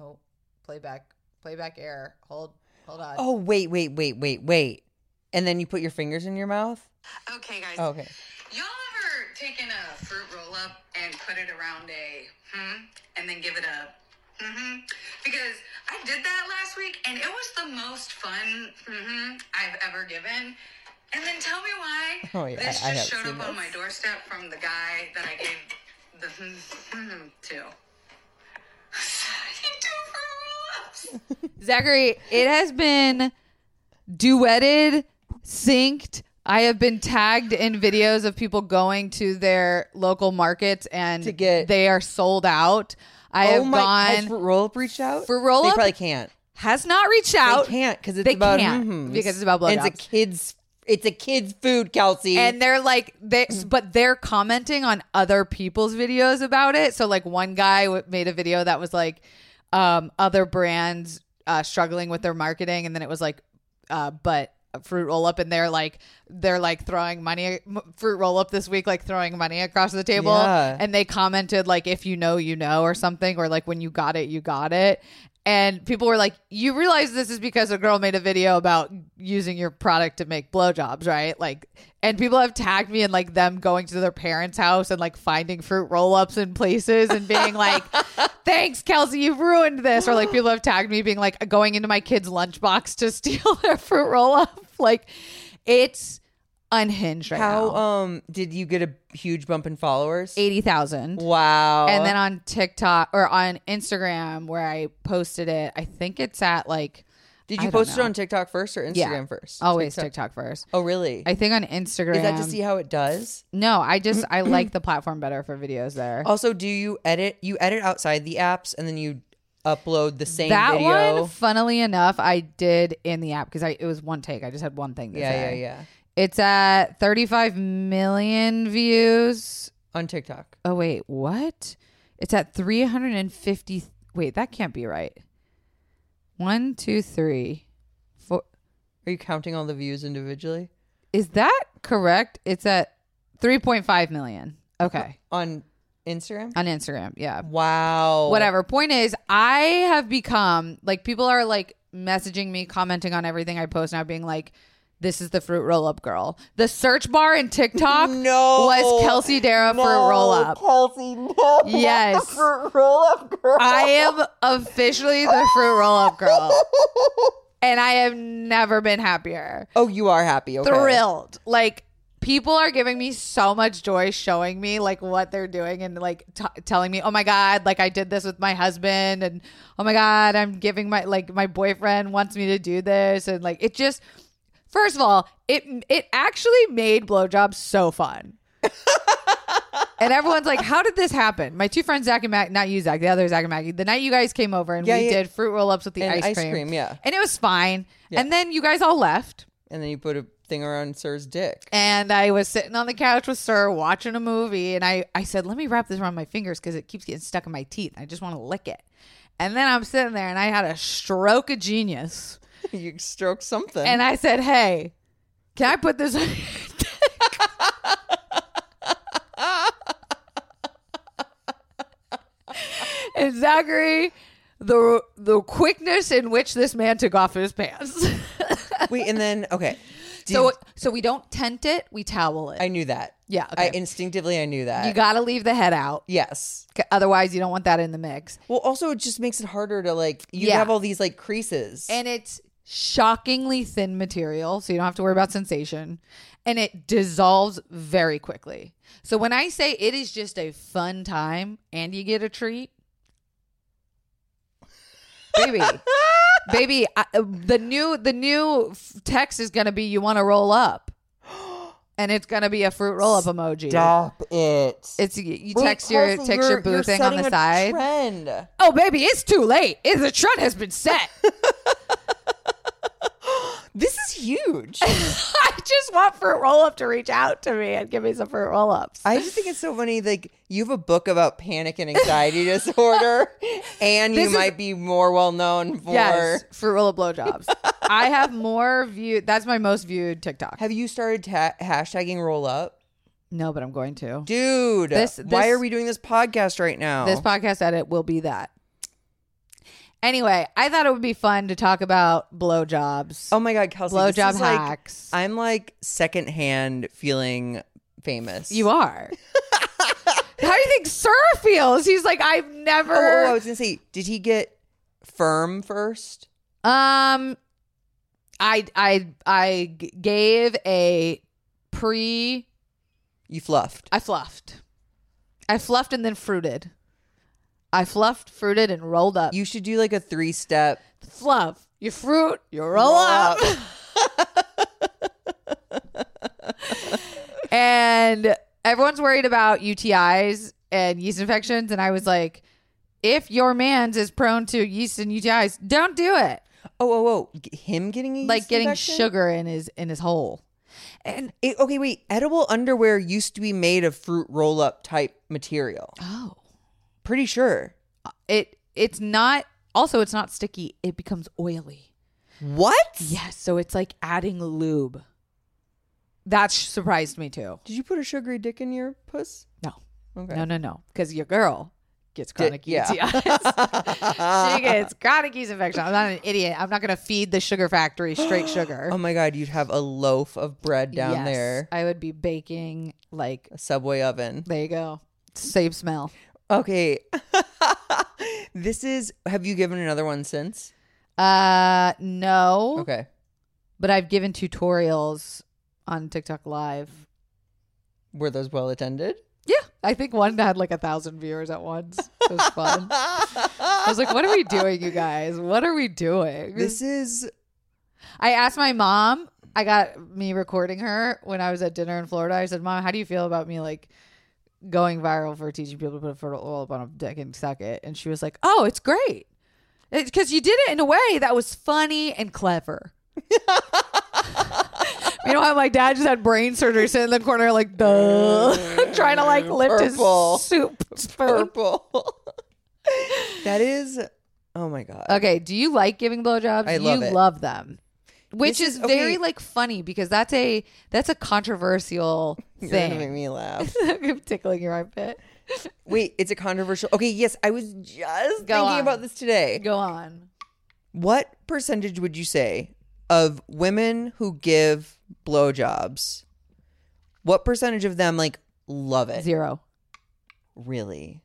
S1: Oh, playback, playback error. Hold, hold on.
S2: Oh wait, wait, wait, wait, wait. And then you put your fingers in your mouth.
S4: Okay, guys.
S2: Oh, Okay.
S4: Y'all ever taken a fruit roll up and put it around a hmm and then give it a hmm? Because I did that last week and it was the most fun hmm I've ever given. And then tell me why
S2: Oh, yeah,
S4: this
S2: I- I
S4: just
S2: have
S4: showed up
S2: seen
S4: on
S2: this.
S4: my doorstep from the guy that I gave the hmm to. you do fruit roll ups.
S1: Zachary, it has been duetted, synced. I have been tagged in videos of people going to their local markets and
S2: To get-
S1: they are sold out. I have
S2: oh my Has
S1: gone
S2: Fruit Roll Up reached out?
S1: Fruit Roll
S2: They
S1: Up?
S2: probably can't.
S1: has not reached out.
S2: They can't because it's
S1: They
S2: about
S1: can't,
S2: mhm.
S1: because it's about
S2: And
S1: blowjobs.
S2: It's a kids. It's a kids food, Kelsey.
S1: and they're like they but they're commenting on other people's videos about it so like one guy w- made a video that was like um other brands uh struggling with their marketing and then it was like uh but
S5: a fruit roll up and they're like they're like throwing money m- fruit roll up this week like throwing money across the table
S2: Yeah.
S5: and they commented like if you know you know or something or like when you got it you got it and people were like you realize this is because a girl made a video about using your product to make blowjobs right like and people have tagged me in like them going to their parents house and like finding fruit roll-ups in places and being like thanks kelsey you've ruined this or like people have tagged me being like going into my kid's lunchbox to steal their fruit roll-up like it's unhinged right
S2: How
S5: now
S2: um did you get a huge bump in followers?
S5: 80000
S2: Wow.
S5: and then on TikTok or on Instagram where I posted it, I think it's at like
S2: did
S5: I
S2: you
S5: don't
S2: post it
S5: know.
S2: on TikTok first or Instagram
S5: Yeah.
S2: first?
S5: always TikTok first.
S2: Oh really?
S5: I think on Instagram.
S2: Is that to see how it does?
S5: no, I just I like the platform better for videos there.
S2: Also, do you edit? You edit outside the apps, and then you upload the same
S5: that
S2: video.
S5: one, funnily enough, I did in the app because I it was one take. I just had one thing. To
S2: yeah, yeah,
S5: say.
S2: yeah.
S5: It's at 35 million views.
S2: On TikTok.
S5: Oh wait, what? It's at 350. Wait, that can't be right. One, two, three, four.
S2: Are you counting all the views individually
S5: Is that correct? It's at 3.5 million. Okay.
S2: on Instagram?
S5: On Instagram. Yeah.
S2: Wow.
S5: Whatever. Point is, I have become like people are like messaging me, commenting on everything I post now, being like, this is the fruit roll up girl. The search bar in TikTok
S2: No.
S5: was Kelsey Dara
S2: No,
S5: fruit roll up.
S2: Kelsey, no. not the
S5: Yes.
S2: fruit roll up girl.
S5: I am officially the fruit roll up girl. And I have never been happier.
S2: oh, you are happy. Okay.
S5: thrilled. Like people are giving me so much joy showing me like what they're doing and like t- telling me, "Oh my god, like I did this with my husband and oh my god, I'm giving my like my boyfriend wants me to do this." And like it just First of all, it it actually made blowjobs so fun. and everyone's like, "How did this happen?" My two friends, Zach and Mac, not you, Zach, the other Zach and Maggie. The night you guys came over and
S2: Yeah,
S5: we
S2: yeah.
S5: did fruit roll ups with the
S2: And
S5: ice,
S2: ice
S5: cream,
S2: cream, yeah.
S5: and it was fine. And then you guys all left.
S2: And then you put a thing around Sir's dick.
S5: And I was sitting on the couch with Sir watching a movie, and I, I said, Let me wrap this around my fingers because it keeps getting stuck in my teeth. I just want to lick it. And then I'm sitting there, and I had a stroke of genius.
S2: you stroke something.
S5: And I said, Hey, can I put this on your dick?" And Zachary, the, the quickness in which this man took off his pants.
S2: Wait, and then okay. Did-
S5: so, so we don't tent it, we towel it.
S2: I knew that.
S5: Yeah,
S2: I
S5: okay.
S2: instinctively I knew that.
S5: You got to leave the head out.
S2: yes.
S5: C- Otherwise, you don't want that in the mix.
S2: Well, also it just makes it harder to like you
S5: Yeah.
S2: have all these like creases.
S5: And it's shockingly thin material, so you don't have to worry about sensation. And it dissolves very quickly. So when I say it is just a fun time and you get a treat, baby. Baby, I, uh, the new the new f- text is gonna be you want to roll up, and it's gonna be a fruit roll up emoji.
S2: Stop it.
S5: It's you- you
S2: Wait,
S5: text your
S2: Kelsey,
S5: text your
S2: you're-
S5: boo
S2: you're
S5: thing on
S2: setting
S5: the
S2: a
S5: side.
S2: Trend.
S5: Oh, baby, it's too late. It, the trend has been set.
S2: This is huge.
S5: I just want Fruit Roll Up to reach out to me and give me some Fruit Roll Ups.
S2: I just think it's so funny. Like you have a book about panic and anxiety disorder, and you
S5: This is-
S2: might be more well known for.
S5: Yes, Fruit Roll Up blowjobs. I have more view. That's my most viewed TikTok.
S2: Have you started ta- hashtagging roll up,
S5: No, but I'm going to.
S2: dude?
S5: This-
S2: why
S5: this-
S2: are we doing this podcast right now?
S5: This podcast edit will be that. Anyway, I thought it would be fun to talk about blowjobs.
S2: oh my god, Kelsey, this
S5: Blowjob
S2: is like-
S5: hacks.
S2: I'm like secondhand feeling famous. Oh,
S5: You are. How do you think Sir feels? He's like, I've never.
S2: Oh, oh, I was gonna say, did he get firm first?
S5: Um, I I I g- gave a pre.
S2: You fluffed.
S5: I fluffed. I fluffed and then fruited. I fluffed, fruited, and rolled up. You
S2: You should do like a three step.
S5: fluff, you fruit, you roll, up. and everyone's worried about UTIs and yeast infections. And I was like, if your man's is prone to yeast and UTIs, don't do it.
S2: Oh, oh, oh! G- Him getting a
S5: like
S2: yeast
S5: getting
S2: infection?
S5: sugar in his in his hole. And
S2: It- okay, wait. Edible underwear used to be made of fruit roll up type material.
S5: oh,
S2: Pretty sure.
S5: it it's not also it's not sticky it becomes oily
S2: What?
S5: Yes, so it's like adding lube. That sh- surprised me too.
S2: Did you put a sugary dick in your puss?
S5: No,
S2: Okay.
S5: no, no, no, because your girl gets chronic
S2: yeah.
S5: UTIs. she gets chronic yeast infection. I'm not an idiot. I'm not going to feed the sugar factory straight sugar.
S2: Oh my god, you'd have a loaf of bread down
S5: Yes,
S2: there.
S5: I would be baking like
S2: A subway oven.
S5: there you go. Same smell.
S2: Okay. this is have you given another one since?
S5: Uh no.
S2: Okay.
S5: But I've given tutorials on TikTok live.
S2: Were those well attended?
S5: Yeah. I think one had like a thousand viewers at once. It was fun. I was like, what are we doing, you guys? What are we doing?
S2: This is
S5: I asked my mom. I got me recording her when I was at dinner in Florida. I said, "Mom, how do you feel about me like going viral for teaching people to put a fertile oil up on a dick and suck it?" And she was like, "Oh, it's great, because you did it in a way that was funny and clever." you know how my dad just had brain surgery, sitting in the corner like, duh, trying to like lift
S2: Purple.
S5: his soup spoon.
S2: purple. that is oh my god.
S5: Okay, do you like giving blowjobs?
S2: I
S5: you
S2: love it.
S5: love them. Which
S2: This
S5: is,
S2: is- okay.
S5: very like funny because that's a that's a controversial
S2: You're gonna make
S5: thing.
S2: me laugh.
S5: I'm tickling your armpit.
S2: Wait, it's a controversial. Okay, yes, I was just
S5: Go
S2: thinking
S5: on.
S2: about this today.
S5: Go on.
S2: What percentage would you say of women who give blowjobs? What percentage of them like love it?
S5: Zero.
S2: Really?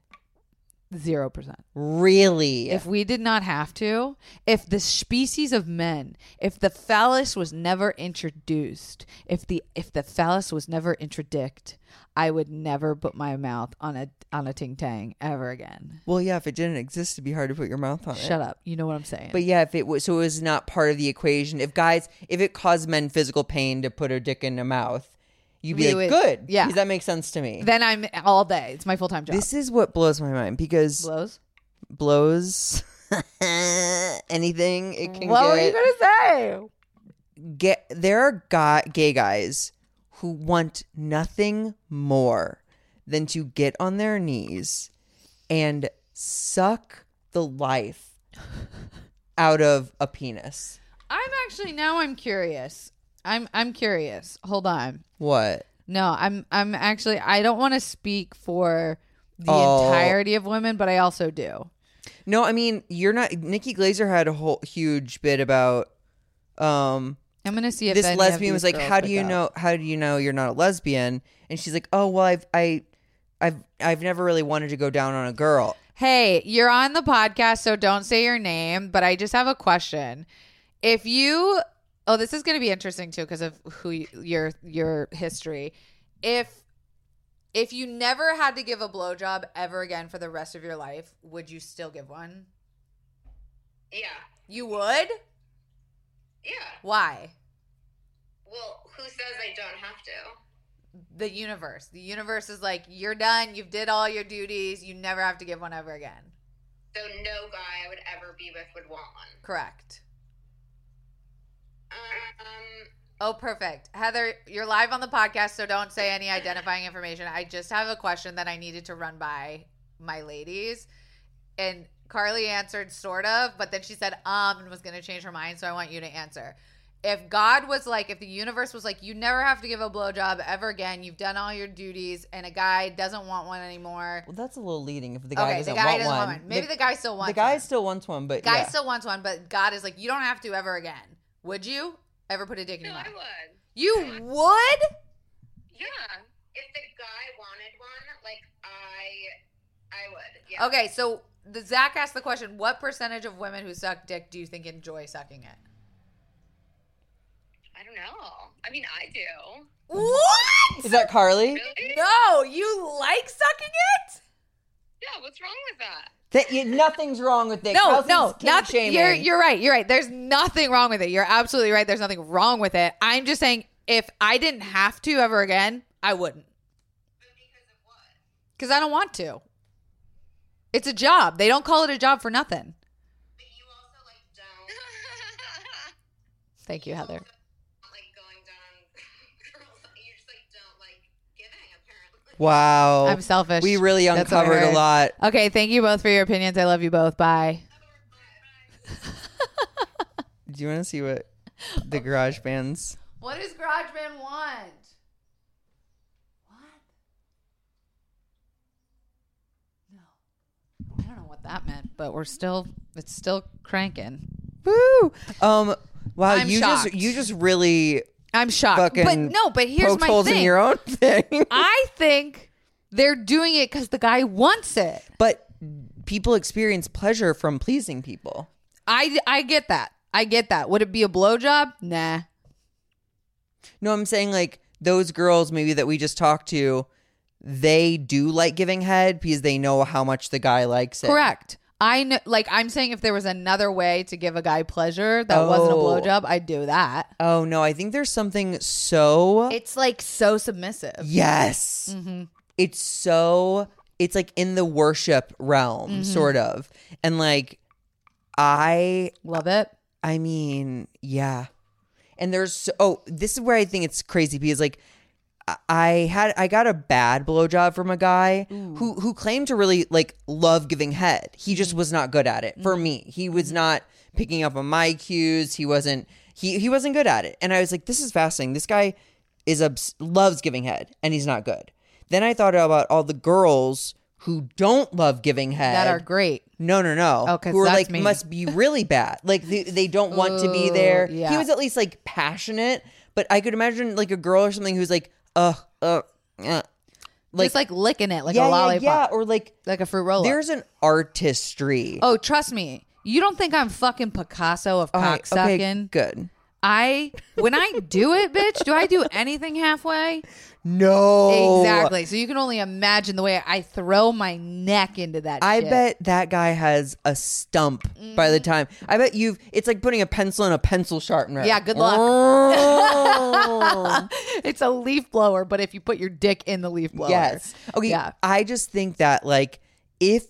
S5: Zero percent.
S2: Really?
S5: If we did not have to, if the species of men, if the phallus was never introduced, if the if the phallus was never interdict, I would never put my mouth on a on a ting tang ever again.
S2: well, yeah, if it didn't exist, it'd be hard to put your mouth on it.
S5: Shut up. You know what I'm saying.
S2: But yeah, if it was so it was not part of the equation. If guys, if it caused men physical pain to put a dick in a mouth, you'd be
S5: We
S2: like,
S5: would-
S2: good.
S5: yeah.
S2: 'cause that makes sense to me.
S5: then I'm all day. It's my full time job.
S2: this is what blows my mind because
S5: blows.
S2: blows anything it can
S5: What
S2: get.
S5: were you gonna say?
S2: get there are guy, gay guys who want nothing more than to get on their knees and suck the life out of a penis.
S5: I'm actually now I'm curious. I'm I'm curious. Hold on.
S2: What?
S5: No, I'm I'm actually I don't want to speak for the
S2: Oh.
S5: entirety of women, but I also do.
S2: No, I mean you're not. Nikki Glazer had a whole huge bit about um
S5: I'm gonna see if
S2: this
S5: any of
S2: lesbian
S5: these
S2: was like,
S5: girls
S2: "How do
S5: pick
S2: you
S5: up."
S2: know? How do you know you're not a lesbian?" And she's like, "Oh well, I've I, I've I've never really wanted to go down on a girl."
S5: Hey, you're on the podcast, so don't say your name. But I just have a question. If you, oh, this is going to be interesting too because of who you, your your history. If if you never had to give a blowjob ever again for the rest of your life, would you still give one?
S4: Yeah.
S5: You would.
S4: Yeah.
S5: Why?
S4: Well, who says I don't have to?
S5: The universe. The universe is like, you're done. You've did all your duties. You never have to give one ever again.
S4: So no guy I would ever be with would want one.
S5: Correct.
S4: Um,
S5: Oh, perfect. Heather, you're live on the podcast, so don't say any identifying information. I just have a question that I needed to run by my ladies. And Carly answered sort of, but then she said um and was going to change her mind, so I want you to answer. If God was like, if the universe was like, you never have to give a blowjob ever again, you've done all your duties, and a guy doesn't want one anymore.
S2: Well, that's a little leading if the guy doesn't, want, one.
S5: Maybe the, guy still wants
S2: the guy
S5: one.
S2: still wants one, but
S5: guy
S2: yeah.
S5: still wants one, but God is like, you don't have to ever again. Would you ever put a dick in
S4: no,
S5: your
S4: I
S5: mouth?
S4: would.
S5: You would?
S4: Yeah. If the guy wanted one, like I, I would. Yeah.
S5: Okay, so the Zach asked the question: What percentage of women who suck dick do you think enjoy sucking it?
S4: I don't know. I mean, I do.
S5: What?
S2: Is that Carly?
S4: Really?
S5: No, you like sucking it?
S4: Yeah. What's wrong with that?
S2: That you, nothing's wrong with it.
S5: No,
S2: Kelsey's
S5: no,
S2: kink
S5: not
S2: shaming.
S5: you're you're right. You're right. There's nothing wrong with it. You're absolutely right. There's nothing wrong with it. I'm just saying, if I didn't have to ever again, I wouldn't. Because I don't want to. It's a job. They don't call it a job for nothing.
S4: But you also like don't.
S5: Thank you, Heather.
S4: like going down girls. You just like don't like giving apparently.
S2: Wow.
S5: I'm selfish.
S2: We really
S5: That's what I
S2: uncovered a
S5: heard.
S2: lot.
S5: Okay, thank you both for your opinions. I love you both. Bye.
S2: Did Do you want to see what the garage bands?
S5: What does GarageBand want? What? No. I don't know what that meant, but we're still it's still cranking.
S2: Woo! Um, wow,
S5: I'm
S2: you
S5: shocked.
S2: just you just really
S5: I'm shocked.
S2: fucking
S5: but no, but here's
S2: poked
S5: my
S2: holes
S5: thing.
S2: in your own thing.
S5: I think they're doing it cuz the guy wants it.
S2: but people experience pleasure from pleasing people.
S5: I I get that. I get that. Would it be a blowjob? Nah.
S2: No, I'm saying like those girls maybe that we just talked to, they do like giving head because they know how much the guy likes it.
S5: Correct. I know, like I'm saying if there was another way to give a guy pleasure that wasn't a
S2: Oh.
S5: blowjob, I'd do that.
S2: Oh no, I think there's something so
S5: It's like so submissive.
S2: yes. It's so it's like in the worship realm sort of. And like I
S5: Love it.
S2: I mean, yeah. And there's so, oh, this is where I think it's crazy because like I- I had I got a bad blowjob from a guy who who claimed to really like love giving head.
S5: Mm-hmm.
S2: He just was not good at it. For me, he was not picking up on my cues. He wasn't he he wasn't good at it. And I was like, this is fascinating. This guy is obs- loves giving head, and he's not good. Then I thought about all the girls who don't love giving head
S5: That are great.
S2: no, no, no.
S5: Oh, 'cause
S2: who are
S5: that's
S2: like
S5: me.
S2: must be really bad. Like they, they don't want to be there.
S5: Ooh, yeah.
S2: He was at least like passionate, but I could imagine like a girl or something who's like, uh, uh, uh
S5: Like, Just like licking it like a lollipop.
S2: yeah, or like
S5: Like a fruit roll
S2: there's an artistry.
S5: Oh, trust me. You don't think I'm fucking Picasso of
S2: All
S5: cocksucking?
S2: right, okay, good.
S5: I when I do it, bitch, do I do anything halfway?
S2: No,
S5: Exactly. So you can only imagine the way I throw my neck into that
S2: I
S5: shit. Mm.
S2: bet that guy has a stump by the time. I bet you've. It's like putting a pencil in a pencil sharpener.
S5: Yeah, good luck.
S2: Oh.
S5: it's a leaf blower, but if you put your dick in the leaf blower.
S2: Yes. Okay.
S5: Yeah.
S2: I just think that like if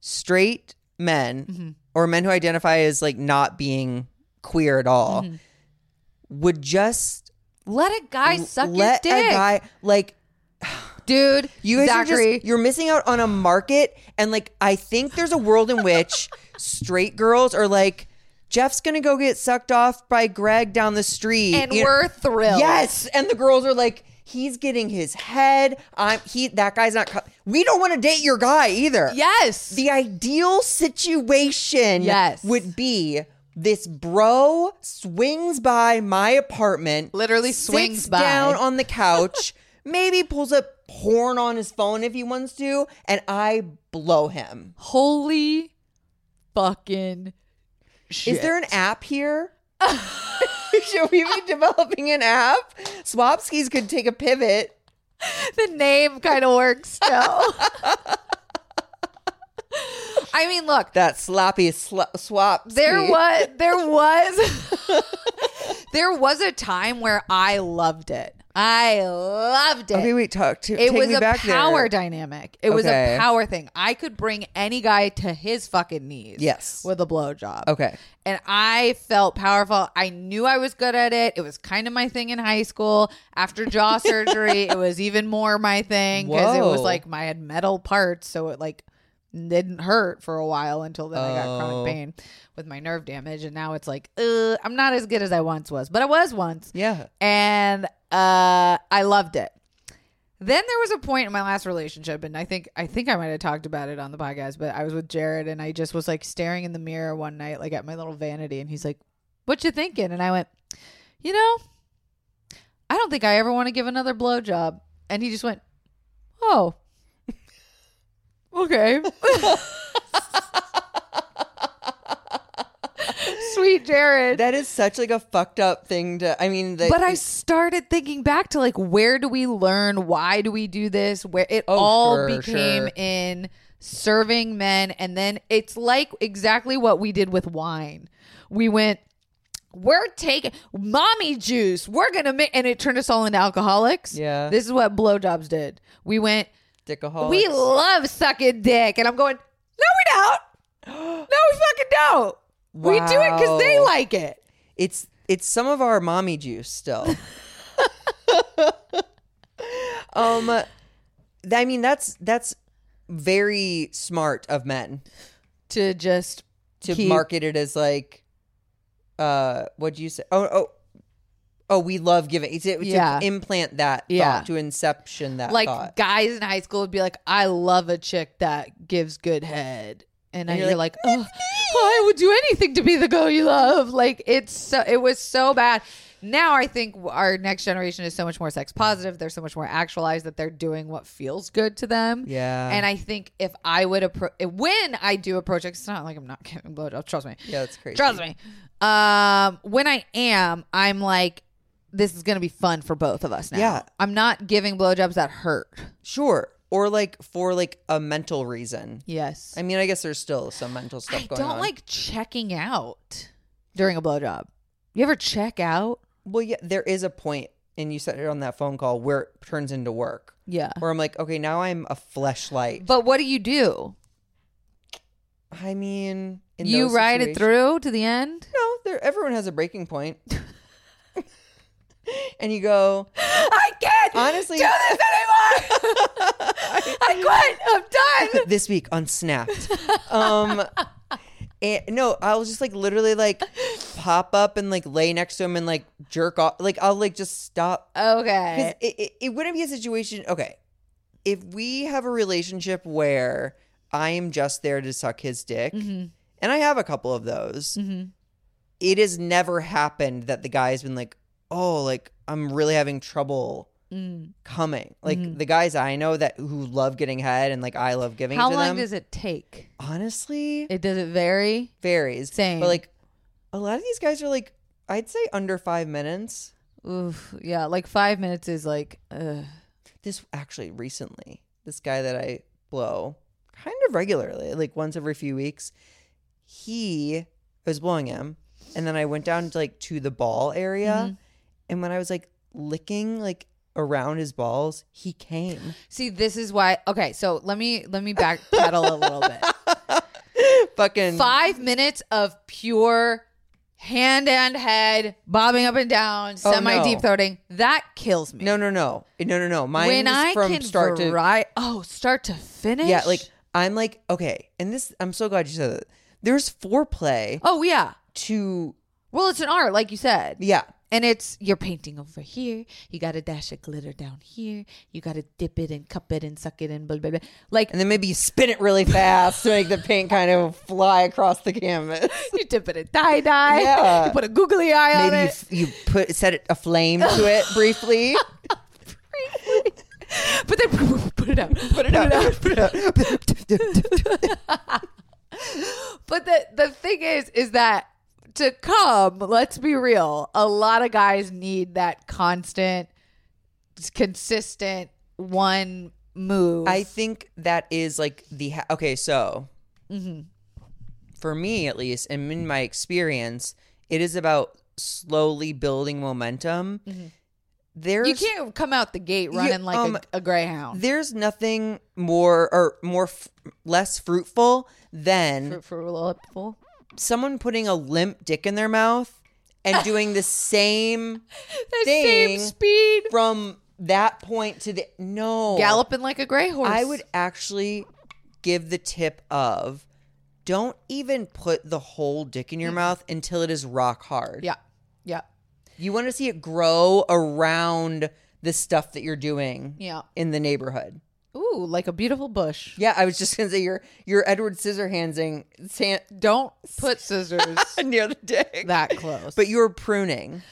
S2: straight men
S5: Mm-hmm.
S2: or men who identify as like not being queer at all
S5: Mm-hmm.
S2: would just
S5: Let a guy suck
S2: let
S5: your dick.
S2: a guy like
S5: Dude,
S2: you guys
S5: Zachary.
S2: are just you're missing out on a market and like I think there's a world in which straight girls are like Jeff's gonna go get sucked off by Greg down the street
S5: and
S2: you know?
S5: we're thrilled.
S2: Yes, and the girls are like, he's getting his head. I'm he. That guy's not. co- we don't want to date your guy either.
S5: Yes.
S2: The ideal situation
S5: Yes.
S2: would be this bro swings by my apartment,
S5: Literally
S2: sits
S5: swings by.
S2: down on the couch, maybe pulls up porn on his phone if he wants to, and I blow him.
S5: Holy fucking shit.
S2: Is there an app here? Should we be developing an app? Swapskis could take a pivot.
S5: the name kind of works still. I mean, look,
S2: that sloppy sl- swap.
S5: there
S2: speed.
S5: was there was there was a time where I loved it. I loved it.
S2: Okay, wait. Talk to.
S5: it
S2: take
S5: was
S2: me
S5: a
S2: back
S5: power
S2: There.
S5: dynamic. It was
S2: Okay.
S5: a power thing. I could bring any guy to his fucking knees.
S2: Yes.
S5: with a blowjob.
S2: okay.
S5: and I felt powerful. I knew I was good at it. It was kind of my thing in high school. After jaw surgery, it was even more my thing because it was
S2: Whoa.
S5: like my had metal parts, so it like didn't hurt for a while until then I got
S2: Oh.
S5: chronic pain with my nerve damage, and now it's like uh, I'm not as good as I once was, but I was once,
S2: Yeah.
S5: and uh, I loved it. Then there was a point in my last relationship, and I think I think I might have talked about it on the podcast, but I was with Jared, and I just was like staring in the mirror one night, like at my little vanity, and he's like, "What you thinking?" And I went, "You know, I don't think I ever want to give another blowjob." And he just went, "Oh, okay." Sweet Jared.
S2: That is such like a fucked up thing to. I mean, the,
S5: but I started thinking back to like where do we learn? Why do we do this? Where it
S2: Oh,
S5: all
S2: sure,
S5: became
S2: sure.
S5: in serving men and then it's like exactly what we did with wine. We went we're taking mommy juice. We're gonna make, and it turned us all into alcoholics.
S2: Yeah.
S5: this is what blowjobs did. We went.
S2: dickaholics.
S5: We love sucking dick, and I'm going. No, we don't. No, we fucking don't. We do it because they
S2: Wow.
S5: like it.
S2: it's it's some of our mommy juice still. um, th- I mean that's that's very smart of men
S5: To just
S2: to
S5: Keep-
S2: market it as like uh what'd you say? Oh oh oh we love giving it's to,
S5: Yeah.
S2: to implant that
S5: Yeah.
S2: thought, to inception that
S5: like
S2: thought.
S5: guys in high school would be like, "I love a chick that gives good head," and, I
S2: you're
S5: you're, like, oh, "I would do anything to be the girl you love." Like it's so, it was so bad. Now I think our next generation is so much more sex positive. They're so much more actualized that they're doing what feels good to them.
S2: Yeah.
S5: And I think if I would approach when I do approach, it's not like I'm not getting blowjobs. Trust me.
S2: yeah, that's crazy.
S5: Trust me. Um, when I am, I'm like, this is gonna be fun for both of us now.
S2: Yeah.
S5: I'm not giving blowjobs that hurt.
S2: Sure. Or like for like a mental reason.
S5: Yes.
S2: I mean, I guess there's still some mental stuff
S5: I
S2: going
S5: don't
S2: on.
S5: like checking out during a blowjob. You ever check out?
S2: Well, yeah, there is a point, and you said it on that phone call where it turns into work.
S5: Yeah.
S2: Where I'm like, okay, now I'm a fleshlight.
S5: But what do you do?
S2: I mean, in
S5: you
S2: those
S5: ride it
S2: situations-
S5: through to the end?
S2: No, there. Everyone has a breaking point. and you go,
S5: I can't
S2: Honestly-
S5: do this anymore. I quit. I'm done.
S2: this week on Snapped. Um, and, no, I'll just like literally like pop up and like lay next to him and like jerk off. Like I'll like just stop Because
S5: Okay.
S2: it, it, it wouldn't be a situation. Okay. If we have a relationship where I am just there to suck his dick,
S5: Mm-hmm.
S2: and I have a couple of those, it has never happened that the guy's been like, oh, like, I'm really having trouble
S5: Mm.
S2: coming. Like,
S5: Mm-hmm.
S2: the guys I know that who love getting head and like I love giving
S5: How
S2: it to
S5: long
S2: them.
S5: does it take?
S2: honestly,
S5: It does it vary?
S2: varies.
S5: Same.
S2: But like, a lot of these guys are like, I'd say under five minutes.
S5: Oof, yeah, like five minutes is like, ugh.
S2: this actually recently this guy that i blow kind of regularly like once every few weeks he I was blowing him and then i went down to like to the ball area
S5: Mm-hmm.
S2: and when i was like licking like around his balls he came
S5: see, this is why. Okay, so let me let me backpedal a little bit.
S2: fucking
S5: Five minutes of pure hand and head bobbing up and down,
S2: Oh,
S5: semi deep throating. That kills me.
S2: no no no no no no mine
S5: when
S2: is
S5: I
S2: from
S5: can
S2: start to
S5: vari- oh, start to finish.
S2: yeah like i'm like okay and this i'm so glad you said that there's foreplay
S5: oh yeah.
S2: to
S5: Well, it's an art, like you said.
S2: yeah
S5: And it's you're painting over here. You got to dash a glitter down here. You got to dip it and cup it and suck it and blah blah blah. Like
S2: And then maybe you spin it really fast to make the paint kind of fly across the canvas.
S5: you dip it in tie dye.
S2: Yeah.
S5: You put a googly eye on
S2: Maybe you, f- you
S5: it.
S2: put set it aflame to it briefly.
S5: but then put it out. Put it
S2: Put it up.
S5: But the the thing is, is that to come, let's be real, a lot of guys need that constant, consistent one move.
S2: I think that is like the ha- okay. So
S5: Mm-hmm.
S2: for me, at least, and in my experience, it is about slowly building momentum. There's
S5: you Mm-hmm. can't come out the gate
S2: You-
S5: running like
S2: um,
S5: a, a greyhound.
S2: there's nothing more or more f- less fruitful than
S5: for, for a little full.
S2: someone putting a limp dick in their mouth and doing the same
S5: The
S2: Thing.
S5: same speed,
S2: from that point to the no
S5: galloping like a gray horse.
S2: I would actually give the tip of don't even put the whole dick in your mouth until it is rock hard.
S5: Yeah, yeah,
S2: You want to see it grow around the stuff that you're doing
S5: yeah.
S2: in the neighborhood.
S5: Ooh, like a beautiful bush.
S2: Yeah, I was just gonna say you're you're Edward Scissorhandsing san-
S5: Don't put scissors
S2: near the dick,
S5: that close.
S2: but you're pruning.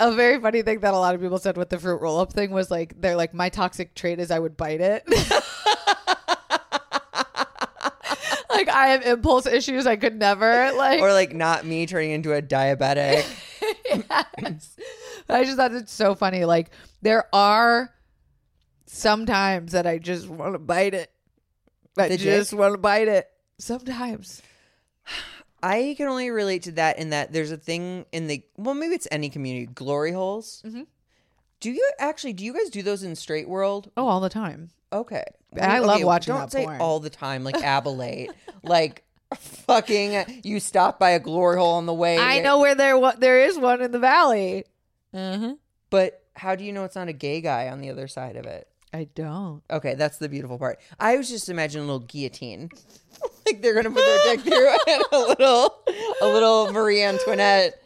S5: a very funny thing that a lot of people said with the fruit roll up thing was like they're like my toxic trait is I would bite it. like I have impulse issues. I could never like.
S2: or like not me turning into a diabetic.
S5: yes. I just thought it's so funny. Like there are sometimes that I just want to bite it. I
S2: The dick?
S5: just want to bite it. Sometimes.
S2: I can only relate to that in that there's a thing in the well, maybe it's any community glory holes.
S5: Mm-hmm.
S2: Do you actually? Do you guys do those in straight world?
S5: Oh, all the time.
S2: Okay,
S5: I love
S2: okay,
S5: watching
S2: Don't
S5: that
S2: say
S5: porn.
S2: all the time, like abilate, like fucking. You stop by a glory hole on the way.
S5: I know where there wa- there is one in the valley. Uh-huh.
S2: but how do you know it's not a gay guy on the other side of it?
S5: I don't.
S2: Okay, that's the beautiful part. I was just imagining a little guillotine. think they're gonna put their dick through it. A little, a little Marie Antoinette,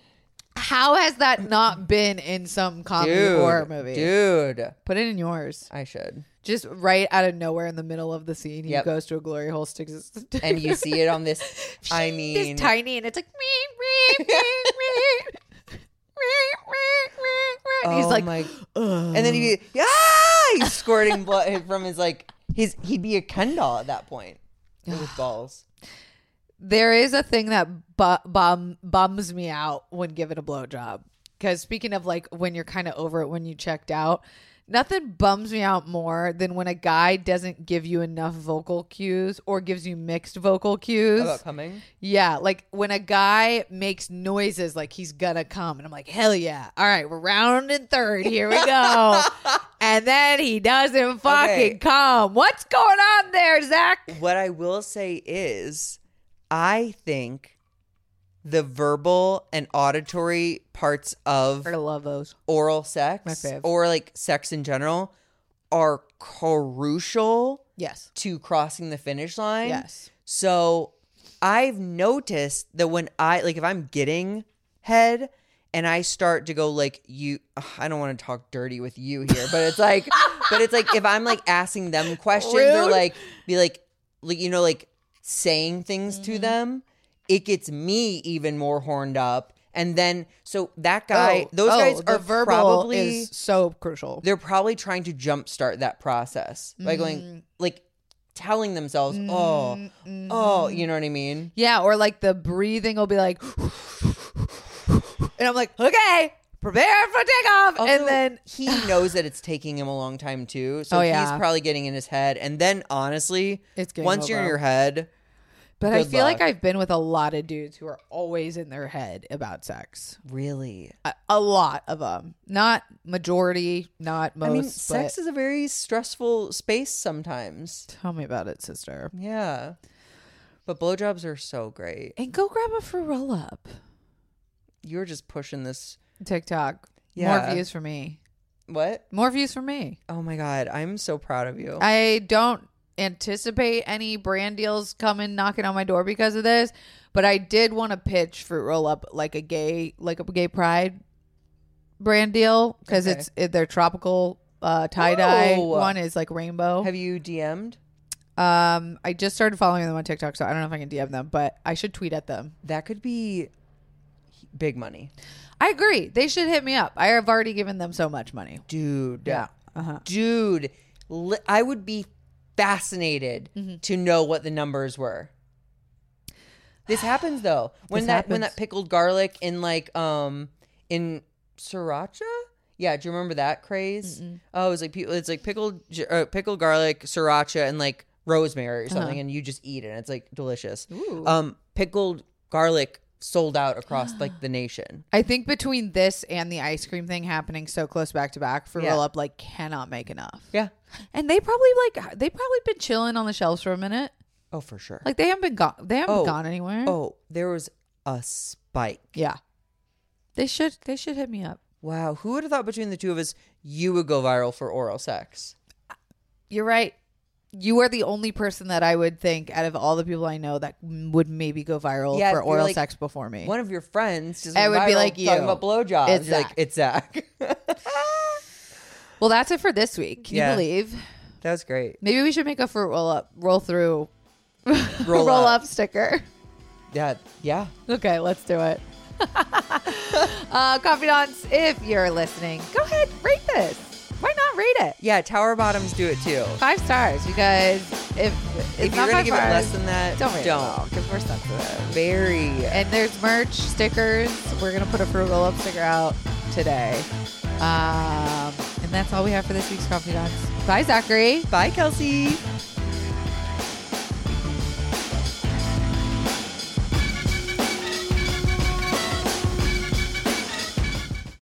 S5: How has that not been in some comedy
S2: dude,
S5: horror movie?
S2: dude.
S5: Put it in yours.
S2: I should,
S5: Just right out of nowhere in the middle of the scene, he
S2: Yep.
S5: goes to a glory hole, sticks his
S2: and you see it on this. I mean,
S5: it's tiny, and it's like me, me, me, me, me, me, me. He's
S2: Oh
S5: like,
S2: my-
S5: "Ugh."
S2: and then he'd be yeah, he's squirting blood from his like his. He'd be a Ken doll at that point with his balls.
S5: there is a thing that bu- bum bums me out when given a blowjob. Because speaking of like when you're kind of over it when you checked out, nothing bums me out more than when a guy doesn't give you enough vocal cues or gives you mixed vocal cues.
S2: About coming,
S5: Yeah, like when a guy makes noises like he's gonna come, and I'm like, hell yeah. All right, we're rounding third. Here we go. and then he doesn't fucking
S2: Okay.
S5: come. What's going on there, Zach?
S2: what I will say is, I think the verbal and auditory parts of
S5: I love those.
S2: oral sex
S5: My fave.
S2: or like sex in general are crucial
S5: Yes.
S2: to crossing the finish line.
S5: Yes.
S2: So I've noticed that when I like if I'm getting head and I start to go like you ugh, I don't want to talk dirty with you here, but it's like but it's like if I'm like asking them questions or
S5: Rude.
S2: like be like like you know like saying things
S5: Mm-hmm.
S2: to them, it gets me even more horned up. And then so that guy
S5: Oh,
S2: those
S5: oh,
S2: guys
S5: the
S2: are
S5: verbal
S2: probably
S5: is so crucial.
S2: they're probably trying to jumpstart that process by
S5: Mm.
S2: going like telling themselves, "Oh, oh," you know what I mean?
S5: Yeah, or like the breathing will be like, and I'm like, okay, prepare for takeoff,
S2: Also,
S5: and then
S2: he knows that it's taking him a long time too, so
S5: Oh,
S2: he's
S5: yeah.
S2: probably getting in his head. And then, honestly,
S5: It's game
S2: once you're in
S5: over.
S2: your head,
S5: But I
S2: Good
S5: feel like
S2: luck.
S5: I've been with a lot of dudes who are always in their head about sex.
S2: really.
S5: A, a lot of them, not majority, not most.
S2: I mean,
S5: but
S2: sex is a very stressful space sometimes.
S5: tell me about it, sister.
S2: Yeah, but blowjobs are so great.
S5: And go grab a for roll up
S2: You're just pushing this.
S5: TikTok.
S2: Yeah.
S5: More views for me.
S2: What?
S5: More views for me.
S2: Oh my god, I'm so proud of you.
S5: I don't anticipate any brand deals coming knocking on my door because of this, but I did want to pitch Fruit Roll Up like a gay like a gay pride brand deal because
S2: Okay.
S5: it's it, they're tropical uh, tie dye.
S2: Oh.
S5: One is like rainbow.
S2: Have you DM'd?
S5: um, I just started following them on TikTok, so I don't know if I can DM them, but I should tweet at them.
S2: That could be big money.
S5: I agree. They should hit me up. I have already given them so much money.
S2: Dude.
S5: Yeah. Uh-huh.
S2: Dude. Li- I would be fascinated
S5: Mm-hmm.
S2: to know what the numbers were. This happens though. When
S5: This
S2: that when
S5: happens.
S2: that pickled garlic in like um in sriracha? Yeah, do you remember that craze? Oh, it was like people it's like pickled j- uh, pickled garlic, sriracha and like rosemary or
S5: Uh-huh.
S2: something and you just eat it and it's like delicious. Um pickled garlic sold out across like the nation.
S5: I think between this and the ice cream thing happening so close back to back, Fruit
S2: Yeah.
S5: Roll Up like cannot make enough.
S2: Yeah.
S5: And they probably like they probably been chilling on the shelves for a minute.
S2: Oh, for sure.
S5: Like mm-hmm. they haven't been gone. They haven't
S2: Oh.
S5: gone anywhere.
S2: Oh, there was a spike.
S5: yeah. They should. They should hit me up.
S2: Wow, who would have thought between the two of us you would go viral for oral sex?
S5: You're right. You are the only person that I would think out of all the people I know that m- would maybe go viral
S2: Yeah,
S5: for
S2: if you're
S5: oral
S2: like-
S5: sex before me.
S2: One of your friends just
S5: I
S2: went
S5: would be
S2: viral
S5: like you.
S2: talking about blowjobs.
S5: It's
S2: You're
S5: Zach.
S2: like it's Zach.
S5: Well, that's it for this week. Can
S2: Yeah.
S5: you believe?
S2: that was great.
S5: Maybe we should make a fruit roll up, roll through, roll, up. sticker.
S2: Yeah, yeah.
S5: Okay, let's do it. uh, confidants, if you're listening, go ahead rate this. Why not rate it?
S2: Yeah, tower bottoms do it too.
S5: five stars because if it's
S2: if you're
S5: not
S2: gonna
S5: five
S2: give it
S5: stars,
S2: less than that,
S5: don't rate
S2: don't.
S5: don't because we're sensitive.
S2: Very
S5: And there's merch stickers. We're gonna put a fruit roll up sticker out today, um, and that's all we have for this week's coffee dogs. Bye, Zachary.
S2: Bye, Kelsey.